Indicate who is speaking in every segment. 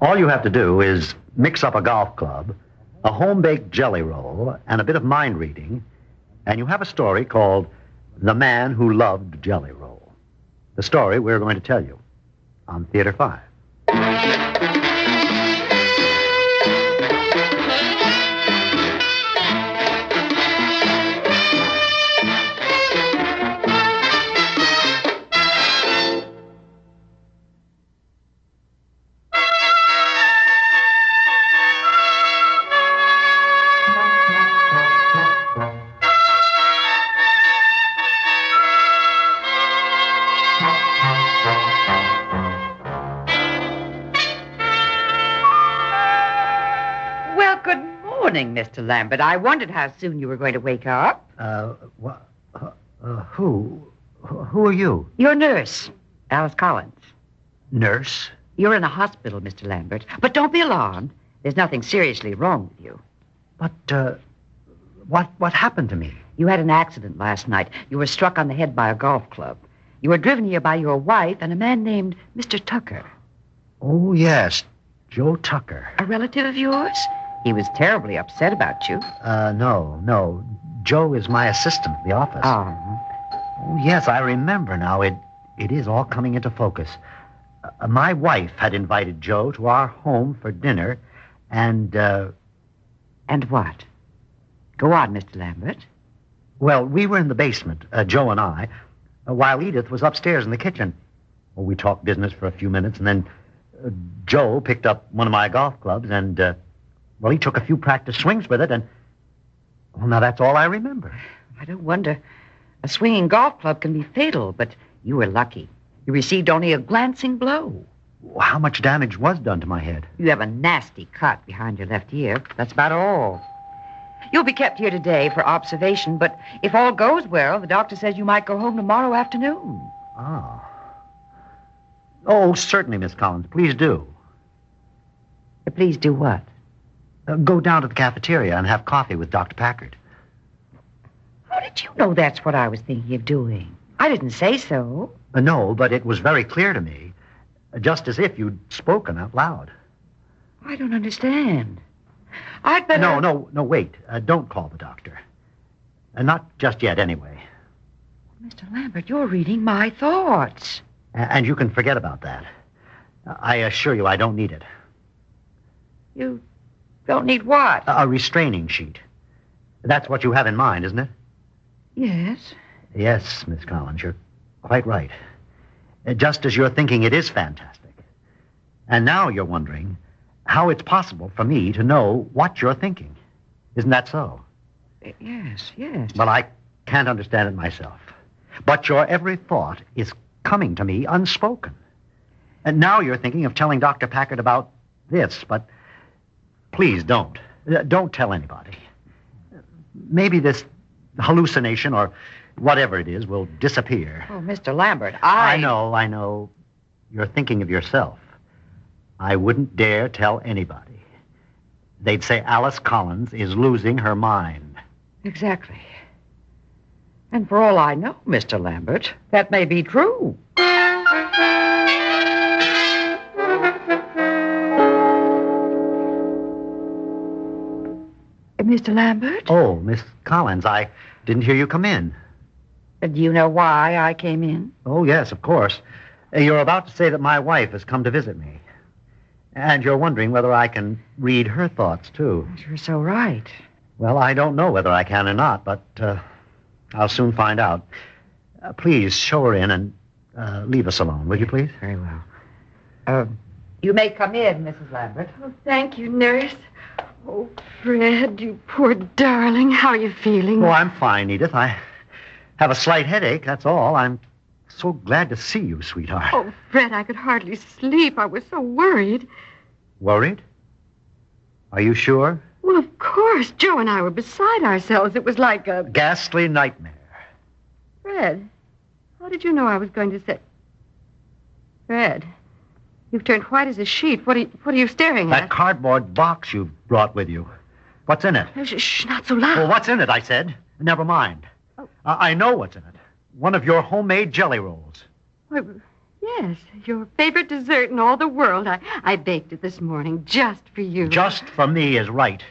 Speaker 1: All you have to do is mix up a golf club, a home baked jelly roll, and a bit of mind reading, and you have a story called The Man Who Loved Jelly Roll. The story we're going to tell you on Theater 5.
Speaker 2: Well, good morning, Mr. Lambert. I wondered how soon you were going to wake up.
Speaker 1: Uh, wh- uh, uh, who? wh- Who are you?
Speaker 2: Your nurse, Alice Collins.
Speaker 1: Nurse?
Speaker 2: You're in a hospital, Mr. Lambert. But don't be alarmed. There's nothing seriously wrong with you.
Speaker 1: But, uh, what, what happened to me?
Speaker 2: You had an accident last night. You were struck on the head by a golf club. You were driven here by your wife and a man named Mr. Tucker,
Speaker 1: Oh, yes, Joe Tucker.
Speaker 2: a relative of yours. He was terribly upset about you.
Speaker 1: Uh, no, no. Joe is my assistant at the office.
Speaker 2: Ah,
Speaker 1: Oh, yes, I remember now. It it is all coming into focus. Uh, my wife had invited Joe to our home for dinner, and uh,
Speaker 2: and what? Go on, Mr. Lambert.
Speaker 1: well, we were in the basement, uh, Joe and I, uh, while Edith was upstairs in the kitchen. Well, we talked business for a few minutes, and then uh, Joe picked up one of my golf clubs, and uh, well, he took a few practice swings with it, and well, now that's all I remember.
Speaker 2: I don't wonder. A swinging golf club can be fatal, but you were lucky. You received only a glancing blow.
Speaker 1: How much damage was done to my head?
Speaker 2: You have a nasty cut behind your left ear. That's about all. You'll be kept here today for observation, but if all goes well, the doctor says you might go home tomorrow afternoon.
Speaker 1: Ah. Oh, certainly, Miss Collins. Please do.
Speaker 2: Uh, Please do what?
Speaker 1: Uh, go down to the cafeteria and have coffee with Dr. Packard.
Speaker 2: How did you know that's what I was thinking of doing? I didn't say so.
Speaker 1: Uh, no, but it was very clear to me, uh, just as if you'd spoken out loud.
Speaker 2: I don't understand. I'd better.
Speaker 1: no, no, no, wait. Uh, don't call the doctor. Uh, not just yet, anyway.
Speaker 2: Mr. Lambert, you're reading my thoughts.
Speaker 1: A- and you can forget about that. Uh, I assure you, I don't need it.
Speaker 2: You don't need what?
Speaker 1: A a restraining sheet. That's what you have in mind, isn't it?
Speaker 2: yes.
Speaker 1: Yes, Miss Collins, you're quite right. Uh, Just as you're thinking it is fantastic. And now you're wondering how it's possible for me to know what you're thinking. Isn't that so?
Speaker 2: Y- Yes, yes.
Speaker 1: Well, I can't understand it myself. But your every thought is coming to me unspoken. And now you're thinking of telling Dr. Packard about this, but please don't. Uh, Don't tell anybody. Maybe this hallucination or whatever it is will disappear.
Speaker 2: Oh, Mr. Lambert, I.
Speaker 1: I know, I know. You're thinking of yourself. I wouldn't dare tell anybody. They'd say Alice Collins is losing her mind.
Speaker 2: Exactly. And for all I know, Mr. Lambert, that may be true. Eh, Uh, Mr. Lambert?
Speaker 1: Oh, Miss Collins, I didn't hear you come in.
Speaker 2: Uh, Do you know why I came in?
Speaker 1: Oh, yes, of course. Uh, You're about to say that my wife has come to visit me. And you're wondering whether I can read her thoughts, too.
Speaker 2: You're so right.
Speaker 1: Well, I don't know whether I can or not, but uh, I'll soon find out. Uh, please show her in and uh, leave us alone, will you, please?
Speaker 2: Very well. Uh, you may come in, Mrs. Lambert.
Speaker 3: Oh, thank you, nurse. Oh, Fred, you poor darling. How are you feeling?
Speaker 2: Mm.
Speaker 1: Oh, I'm fine, Edith. I have a slight headache, that's all. I'm so glad to see you, sweetheart.
Speaker 3: Oh, Fred, I could hardly sleep. I was so worried.
Speaker 1: Worried? Are you sure?
Speaker 3: Well, of course, Joe and I were beside ourselves. It was like a.
Speaker 1: Ghastly nightmare.
Speaker 3: Fred, how did you know I was going to say. Fred, you've turned white as a sheet. What are you, what are you staring
Speaker 1: That
Speaker 3: at?
Speaker 1: cardboard box you brought with you. What's in it?
Speaker 3: Oh, sh- shh, not so loud.
Speaker 1: Well, what's in it, I said. Never mind. I I know what's in it. One of your homemade jelly rolls.
Speaker 3: Why,
Speaker 2: Yes, your favorite dessert in all the world. I, I baked it this morning just for you.
Speaker 1: Just for me is right.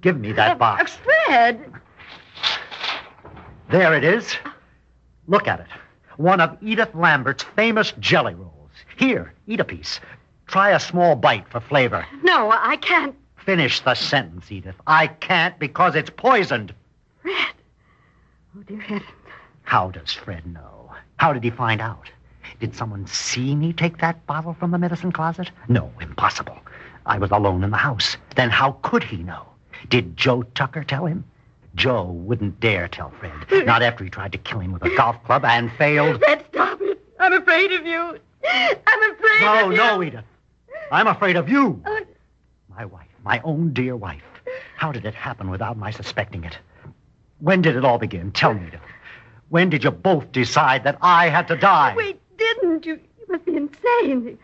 Speaker 1: Give me that box.
Speaker 3: Uh,
Speaker 2: Fred!
Speaker 1: There it is. Look at it. One of Edith Lambert's famous jelly rolls. Here, eat a piece. Try a small bite for flavor.
Speaker 2: No, I can't.
Speaker 1: Finish the sentence, Edith. I can't because it's poisoned.
Speaker 2: Fred! Oh, dear heaven.
Speaker 1: How does Fred know? How did he find out? Did someone see me take that bottle from the medicine closet? No, impossible. I was alone in the house. Then how could he know? Did Joe Tucker tell him? Joe wouldn't dare tell Fred, not after he tried to kill him with a golf club and failed.
Speaker 2: Fred, stop it. I'm afraid of you. I'm afraid
Speaker 1: No,
Speaker 2: of you.
Speaker 1: no, Edith. I'm afraid of you.
Speaker 2: Oh,
Speaker 1: My wife, my own dear wife. How did it happen without my suspecting it? When did it all begin? Tell me, Edith. When did you both decide that I had to die?
Speaker 2: we didn't. You, you must be insane. The,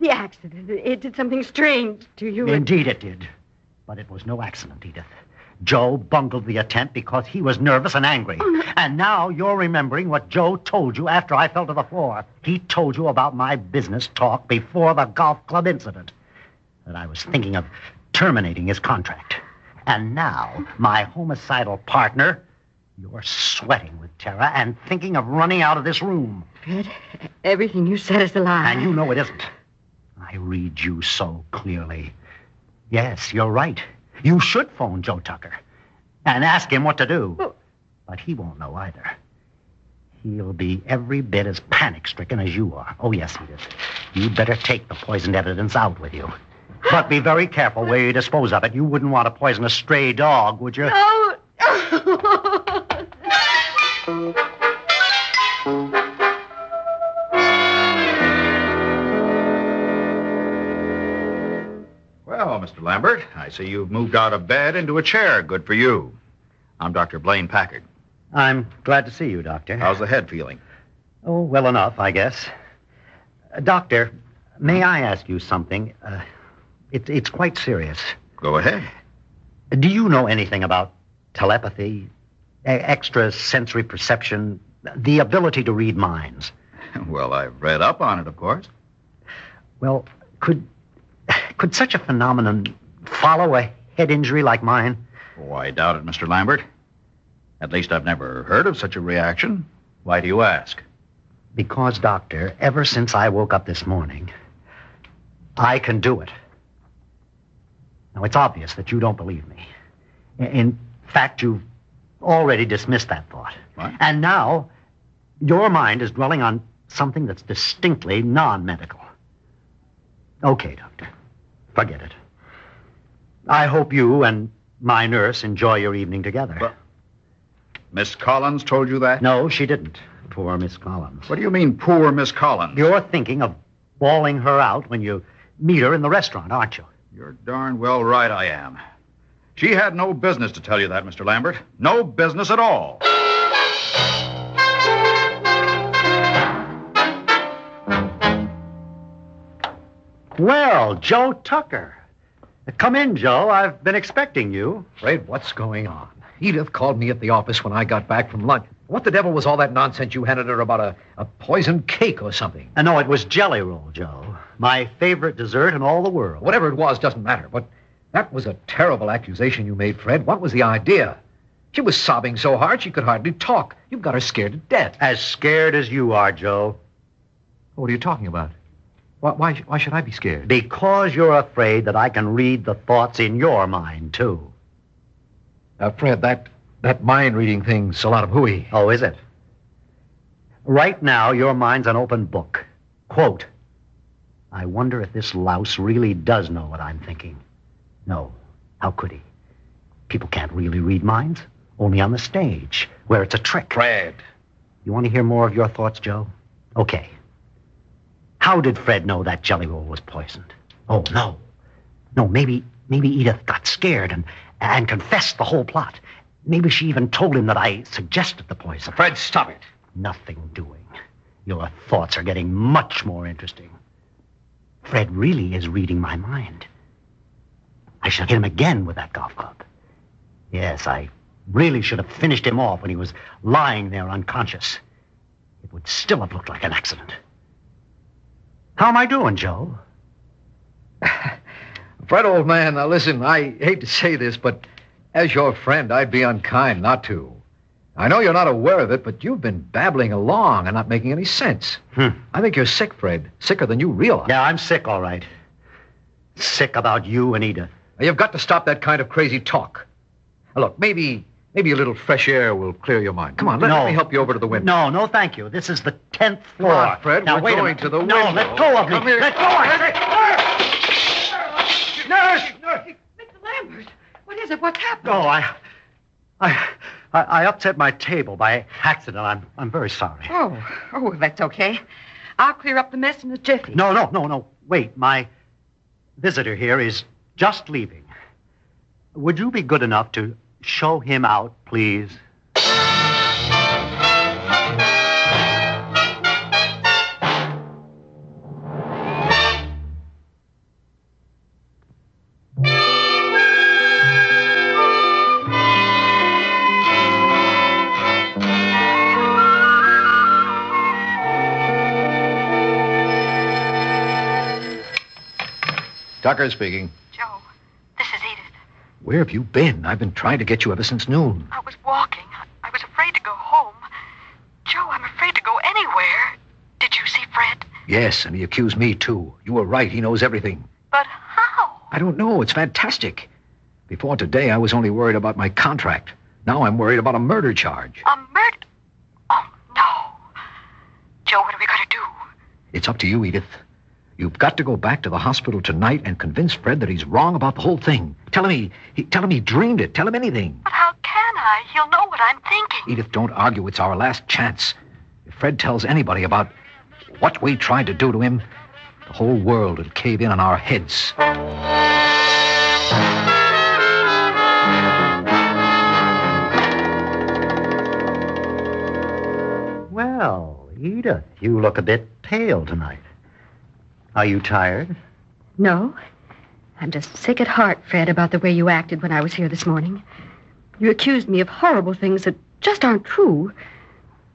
Speaker 2: the accident, it, it did something strange to you. It-
Speaker 1: Indeed, it did. But it was no accident, Edith. Joe bungled the attempt because he was nervous and angry. And now you're remembering what Joe told you after I fell to the floor. He told you about my business talk before the golf club incident. That I was thinking of terminating his contract. And now, my homicidal partner, you're sweating with terror and thinking of running out of this room.
Speaker 2: Everything you said is a lie.
Speaker 1: And you know it isn't. I read you so clearly. Yes, you're right. You should phone Joe Tucker and ask him what to do.
Speaker 2: Well-
Speaker 1: But he won't know either. He'll be every bit as panic stricken as you are. Oh, yes, he is. You better take the poisoned evidence out with you. But be very careful where you dispose of it. You wouldn't want to poison a stray dog, would you?
Speaker 2: Oh!
Speaker 4: Well, Mr. Lambert, I see you've moved out of bed into a chair. Good for you. I'm Dr. Blaine Packard.
Speaker 1: I'm glad to see you, Doctor.
Speaker 4: How's the head feeling?
Speaker 1: Oh, well enough, I guess. Uh, doctor, may I ask you something? Uh, it, it's quite serious.
Speaker 4: Go ahead.
Speaker 1: Do you know anything about telepathy, e- extrasensory perception, the ability to read minds?
Speaker 4: Well, I've read up on it, of course.
Speaker 1: Well, could could such a phenomenon follow a head injury like mine?
Speaker 4: Oh, I doubt it, Mr. Lambert. At least I've never heard of such a reaction. Why do you ask?
Speaker 1: Because, doctor, ever since I woke up this morning, I can do it. Now, it's obvious that you don't believe me. I- In fact, you've already dismissed that thought.
Speaker 4: What?
Speaker 1: And now, your mind is dwelling on something that's distinctly non medical. Okay, doctor. Forget it. I hope you and my nurse enjoy your evening together.
Speaker 4: But- Miss Collins told you that?
Speaker 1: No, she didn't. Poor Miss Collins.
Speaker 4: What do you mean, poor Miss Collins?
Speaker 1: You're thinking of bawling her out when you meet her in the restaurant, aren't you?
Speaker 4: You're darn well right I am. She had no business to tell you that, Mr. Lambert. No business at all.
Speaker 1: Well, Joe Tucker. Come in, Joe. I've been expecting you.
Speaker 5: Fred, what's going on? Edith called me at the office when I got back from lunch. What the devil was all that nonsense you handed her about a, a poisoned cake or something?
Speaker 1: And Uh, no, it was jelly roll, Joe. My favorite dessert in all the world.
Speaker 5: Whatever it was doesn't matter, but that was a terrible accusation you made, Fred. What was the idea? She was sobbing so hard she could hardly talk. You've got her scared to death.
Speaker 1: As scared as you are, Joe,
Speaker 5: What are you talking about? Why, why, why should I be scared?
Speaker 1: because you're afraid that I can read the thoughts in your mind, too.
Speaker 5: Now, Fred, that, that mind reading thing's a lot of hooey.
Speaker 1: Oh, is it? Right now, your mind's an open book. Quote I wonder if this louse really does know what I'm thinking. No, how could he? People can't really read minds, only on the stage, where it's a trick.
Speaker 4: Fred.
Speaker 1: You want to hear more of your thoughts, Joe? Okay. How did Fred know that jelly roll was poisoned? Oh, no. No, maybe maybe Edith got scared and and confessed the whole plot. Maybe she even told him that I suggested the poison.
Speaker 5: Fred, stop it.
Speaker 1: Nothing doing. Your thoughts are getting much more interesting. Fred really is reading my mind. I shall hit him again with that golf club. Yes, I really should have finished him off when he was lying there unconscious. It would still have looked like an accident. How am I doing, Joe?
Speaker 5: Fred, old man, now listen, I hate to say this, but as your friend, I'd be unkind not to. I know you're not aware of it, but you've been babbling along and not making any sense.
Speaker 1: Hmm.
Speaker 5: I think you're sick, Fred. Sicker than you realize.
Speaker 1: Yeah, I'm sick, all right. Sick about you and Edith.
Speaker 5: You've got to stop that kind of crazy talk. Now, look, maybe maybe a little fresh air will clear your mind. Come on, let, let
Speaker 1: No.
Speaker 5: me help you over to the window.
Speaker 1: No, no, thank you. This is the tenth
Speaker 5: Come
Speaker 1: floor.
Speaker 5: on, Fred,
Speaker 1: now
Speaker 5: we're
Speaker 1: wait a
Speaker 5: going
Speaker 1: minute.
Speaker 5: to the
Speaker 1: no,
Speaker 5: window.
Speaker 1: let go of me.
Speaker 5: Come here.
Speaker 1: Let go of me.
Speaker 5: Nurse!
Speaker 2: Mr. Lambert, what is it? What's happened?
Speaker 1: No, I, I, I, I upset my table by accident. I'm, I'm very sorry.
Speaker 6: Oh, oh, well, that's okay. I'll clear up the mess in a jiffy.
Speaker 1: No, no, no, no. Wait, my visitor here is just leaving. Would you be good enough to show him out, please?
Speaker 5: Tucker speaking.
Speaker 7: Joe, this is Edith.
Speaker 5: Where have you been? I've been trying to get you ever since noon.
Speaker 7: I was walking. I was afraid to go home. Joe, I'm afraid to go anywhere. Did you see Fred?
Speaker 5: Yes, and he accused me, too. You were right. He knows everything.
Speaker 7: But how?
Speaker 5: I don't know. It's fantastic. Before today, I was only worried about my contract. Now I'm worried about a murder charge.
Speaker 7: A murder? Oh, no. Joe, what are we going to do?
Speaker 5: It's up to you, Edith. You've got to go back to the hospital tonight and convince Fred that he's wrong about the whole thing. Tell him he, he tell him he dreamed it. Tell him anything.
Speaker 7: But how can I? He'll know what I'm thinking.
Speaker 5: Edith, don't argue. It's our last chance. If Fred tells anybody about what we tried to do to him, the whole world will cave in on our heads.
Speaker 1: Well, Edith, you look a bit pale tonight. Are you tired?
Speaker 2: No. I'm just sick at heart, Fred, about the way you acted when I was here this morning. You accused me of horrible things that just aren't true.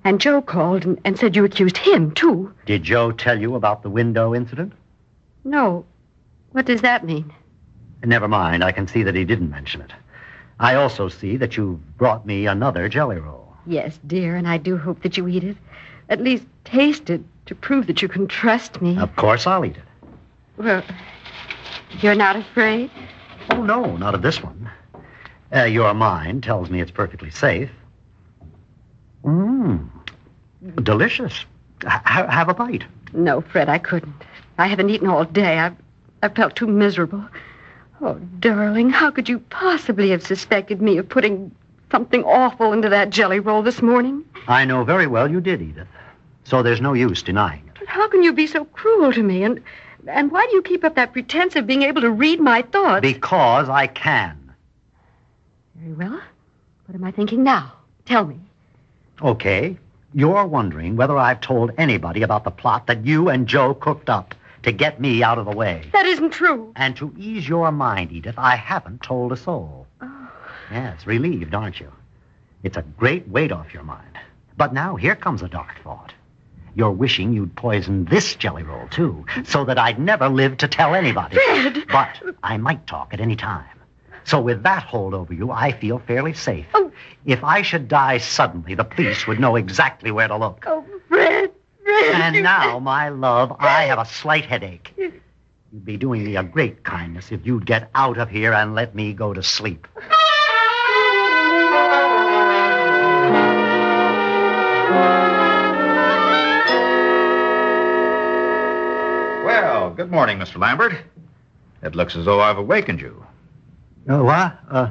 Speaker 2: And Joe called and, and said you accused him, too.
Speaker 1: Did Joe tell you about the window incident?
Speaker 2: No. What does that mean?
Speaker 1: Never mind. I can see that he didn't mention it. I also see that you've brought me another jelly roll.
Speaker 2: Yes, dear, and I do hope that you eat it. At least taste it to prove that you can trust me.
Speaker 1: Of course, I'll eat it.
Speaker 2: Well, you're not afraid?
Speaker 1: Oh, no, not of this one. Uh, your mind tells me it's perfectly safe. Mmm. Delicious. H- ha- have a bite.
Speaker 2: No, Fred, I couldn't. I haven't eaten all day. I've, I've felt too miserable. Oh, darling, how could you possibly have suspected me of putting something awful into that jelly roll this morning?
Speaker 1: I know very well you did, Edith. So there's no use denying it.
Speaker 2: But how can you be so cruel to me? And, and why do you keep up that pretense of being able to read my thoughts?
Speaker 1: Because I can.
Speaker 2: Very well. What am I thinking now? Tell me.
Speaker 1: Okay. You're wondering whether I've told anybody about the plot that you and Joe cooked up to get me out of the way.
Speaker 2: That isn't true.
Speaker 1: And to ease your mind, Edith, I haven't told a soul. Yes, relieved, aren't you? It's a great weight off your mind. But now here comes a dark thought. You're wishing you'd poisoned this jelly roll, too, so that I'd never live to tell anybody. But I might talk at any time. So with that hold over you, I feel fairly safe.
Speaker 2: Oh.
Speaker 1: If I should die suddenly, the police would know exactly where to look.
Speaker 2: Oh, Fred, Fred.
Speaker 1: And
Speaker 2: you-
Speaker 1: now, my love, I have a slight headache. You'd be doing me a great kindness if you'd get out of here and let me go to sleep.
Speaker 4: Well, good morning, Mr. Lambert. It looks as though I've awakened you.
Speaker 1: Oh, what? Uh,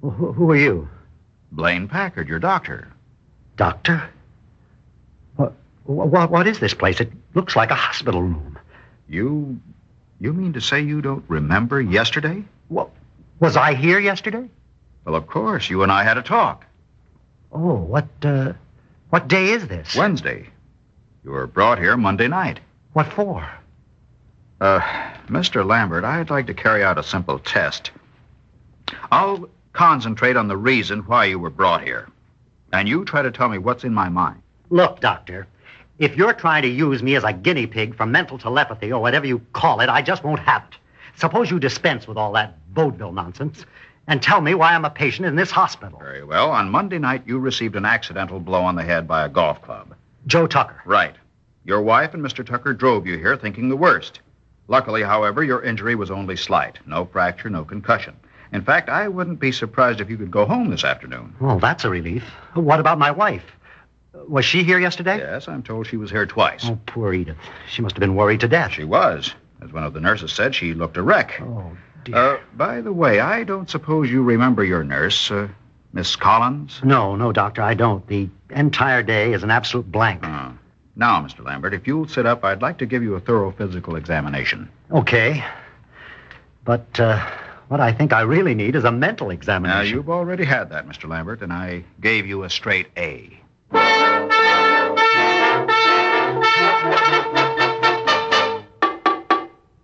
Speaker 1: who, who are you?
Speaker 4: Blaine Packard, your doctor.
Speaker 1: Doctor? What, what, Uh, what is this place? It looks like a hospital room.
Speaker 4: You. You mean to say you don't remember yesterday?
Speaker 1: What, was I here yesterday?
Speaker 4: Well, of course. You and I had a talk.
Speaker 1: Oh, what, uh, what day is this?
Speaker 4: Wednesday. You were brought here Monday night.
Speaker 1: What for?
Speaker 4: Uh, Mr. Lambert, I'd like to carry out a simple test. I'll concentrate on the reason why you were brought here. And you try to tell me what's in my mind.
Speaker 1: Look, Doctor, If you're trying to use me as a guinea pig for mental telepathy or whatever you call it, I just won't have it. Suppose you dispense with all that vaudeville nonsense and tell me why I'm a patient in this hospital.
Speaker 4: Very well. On Monday night, you received an accidental blow on the head by a golf club.
Speaker 1: Joe Tucker.
Speaker 4: Right. Your wife and Mr. Tucker drove you here thinking the worst. Luckily, however, your injury was only slight no fracture, no concussion. In fact, I wouldn't be surprised if you could go home this afternoon.
Speaker 1: Well, that's a relief. What about my wife? Was she here yesterday?
Speaker 4: Yes, I'm told she was here twice.
Speaker 1: Oh, poor Edith. She must have been worried to death.
Speaker 4: She was. As one of the nurses said, she looked a wreck.
Speaker 1: Oh, dear.
Speaker 4: Uh, by the way, I don't suppose you remember your nurse, uh, Miss Collins?
Speaker 1: no, no, Doctor, I don't. The entire day is an absolute blank.
Speaker 4: Uh, now, Mr. Lambert, if you'll sit up, I'd like to give you a thorough physical examination.
Speaker 1: Okay. But uh, what I think I really need is a mental
Speaker 4: Now,
Speaker 1: examination.
Speaker 4: you've already had that, Mr. Lambert, and I gave you a straight A.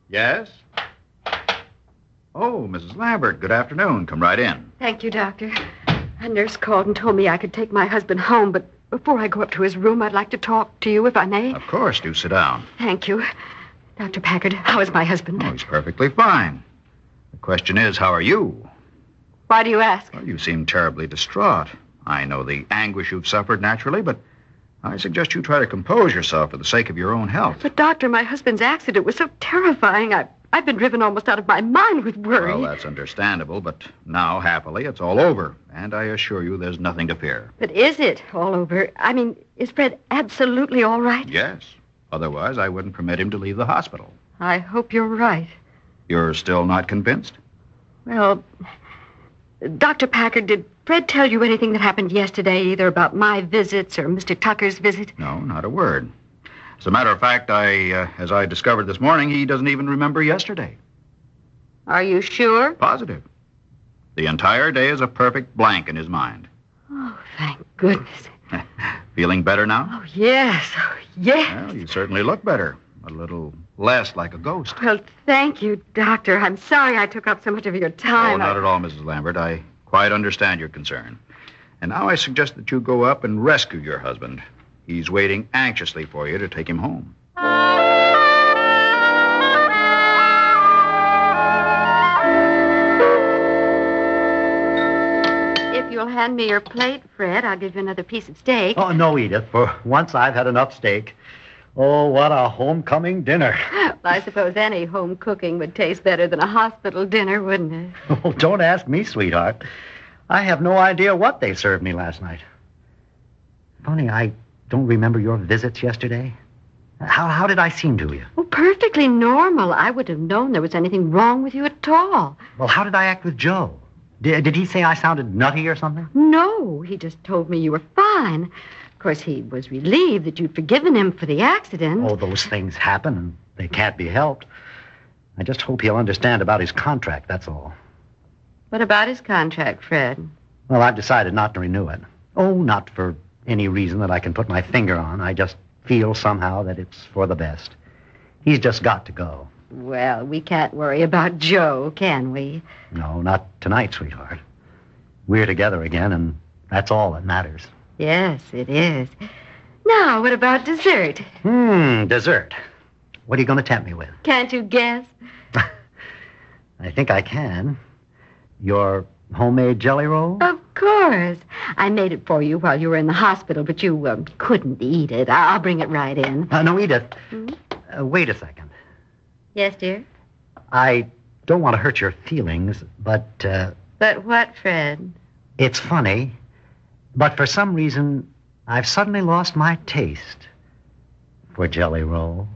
Speaker 4: Yes? Oh, Mrs. Lambert, good afternoon. Come right in.
Speaker 2: Thank you, Doctor. A nurse called and told me I could take my husband home, but before I go up to his room, I'd like to talk to you, if I may.
Speaker 4: Of course, do sit down.
Speaker 2: Thank you. Dr. Packard, how is my husband?
Speaker 4: Oh, he's perfectly fine. The question is, how are you?
Speaker 2: Why do you ask?
Speaker 4: Well, you seem terribly distraught. I know the anguish you've suffered naturally, but I suggest you try to compose yourself for the sake of your own health.
Speaker 2: But, Doctor, my husband's accident was so terrifying. I've, I've been driven almost out of my mind with worry.
Speaker 4: Well, uh, that's understandable, but now, happily, it's all over, and I assure you there's nothing to fear.
Speaker 2: But is it all over? I mean, is Fred absolutely all right?
Speaker 4: Yes. Otherwise, I wouldn't permit him to leave the hospital.
Speaker 2: I hope you're right.
Speaker 4: You're still not convinced?
Speaker 2: Well, Dr. Packard, did Fred tell you anything that happened yesterday, either about my visits or Mr. Tucker's visit?
Speaker 4: No, not a word. As a matter of fact, I, uh, as I discovered this morning, he doesn't even remember yesterday.
Speaker 2: Are you sure?
Speaker 4: Positive. The entire day is a perfect blank in his mind.
Speaker 2: Oh, thank goodness.
Speaker 4: Feeling better now?
Speaker 2: Oh, yes. Oh, yes.
Speaker 4: Well, you certainly look better. A little less like a ghost.
Speaker 2: Well, thank you, Doctor. I'm sorry I took up so much of your time.
Speaker 4: oh, not at all, Mrs. Lambert. I quite understand your concern. And now I suggest that you go up and rescue your husband. He's waiting anxiously for you to take him home.
Speaker 2: If you'll hand me your plate, Fred, I'll give you another piece of steak.
Speaker 1: Oh, no, Edith. For once, I've had enough steak. Oh, what a homecoming dinner.
Speaker 2: Well, I suppose any home cooking would taste better than a hospital dinner, wouldn't it?
Speaker 1: Oh, don't ask me, sweetheart. I have no idea what they served me last night. Funny, I don't remember your visits yesterday. How, how did I seem to you?
Speaker 2: Well, Oh, perfectly normal. I would have known there was anything wrong with you at all.
Speaker 1: Well, how did I act with Joe? Did, did he say I sounded nutty or something?
Speaker 2: No, he just told me you were fine. Of course, he was relieved that you'd forgiven him for the accident.
Speaker 1: Oh, those things happen and they can't be helped. I just hope he'll understand about his contract, that's all.
Speaker 2: What about his contract, Fred?
Speaker 1: Well, I've decided not to renew it. Oh, not for any reason that I can put my finger on. I just feel somehow that it's for the best. He's just got to go.
Speaker 2: Well, we can't worry about Joe, can we?
Speaker 1: No, not tonight, sweetheart. We're together again, and that's all that matters.
Speaker 2: Yes, it is. Now, what about dessert?
Speaker 1: Hmm, dessert. What are you going to tempt me with?
Speaker 2: Can't you guess?
Speaker 1: I think I can. Your homemade jelly roll?
Speaker 2: Of course. I made it for you while you were in the hospital, but you um, couldn't eat it. I- I'll bring it right in.
Speaker 1: Uh, no, Edith.
Speaker 2: Hmm?
Speaker 1: Uh, wait a second.
Speaker 2: Yes, dear.
Speaker 1: I don't want to hurt your feelings, but uh,
Speaker 2: But what, Fred?
Speaker 1: it's funny. But for some reason, I've suddenly lost my taste for jelly roll.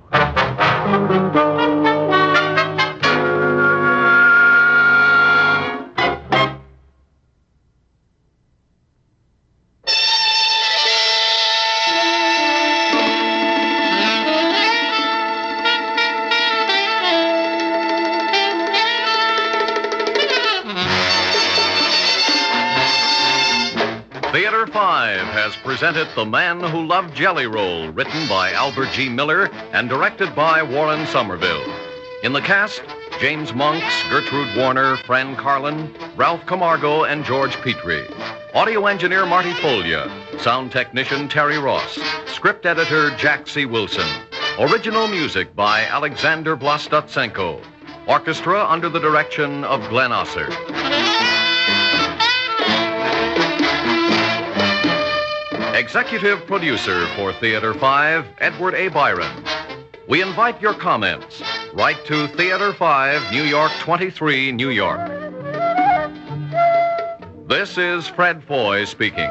Speaker 8: Theater 5 has presented The Man Who Loved Jelly Roll, written by Albert G. Miller and directed by Warren Somerville. In the cast, James Monks, Gertrude Warner, Fran Carlin, Ralph Camargo, and George Petrie.
Speaker 4: Audio engineer Marty Folia. Sound technician Terry Ross. Script editor Jack C. Wilson. Original music by Alexander Vlastotsenko. Orchestra under the direction of Glenn Osser. Executive producer for Theater 5, Edward A. Byron. We invite your comments. Write to Theater 5, New York 23, New York. This is Fred Foy speaking.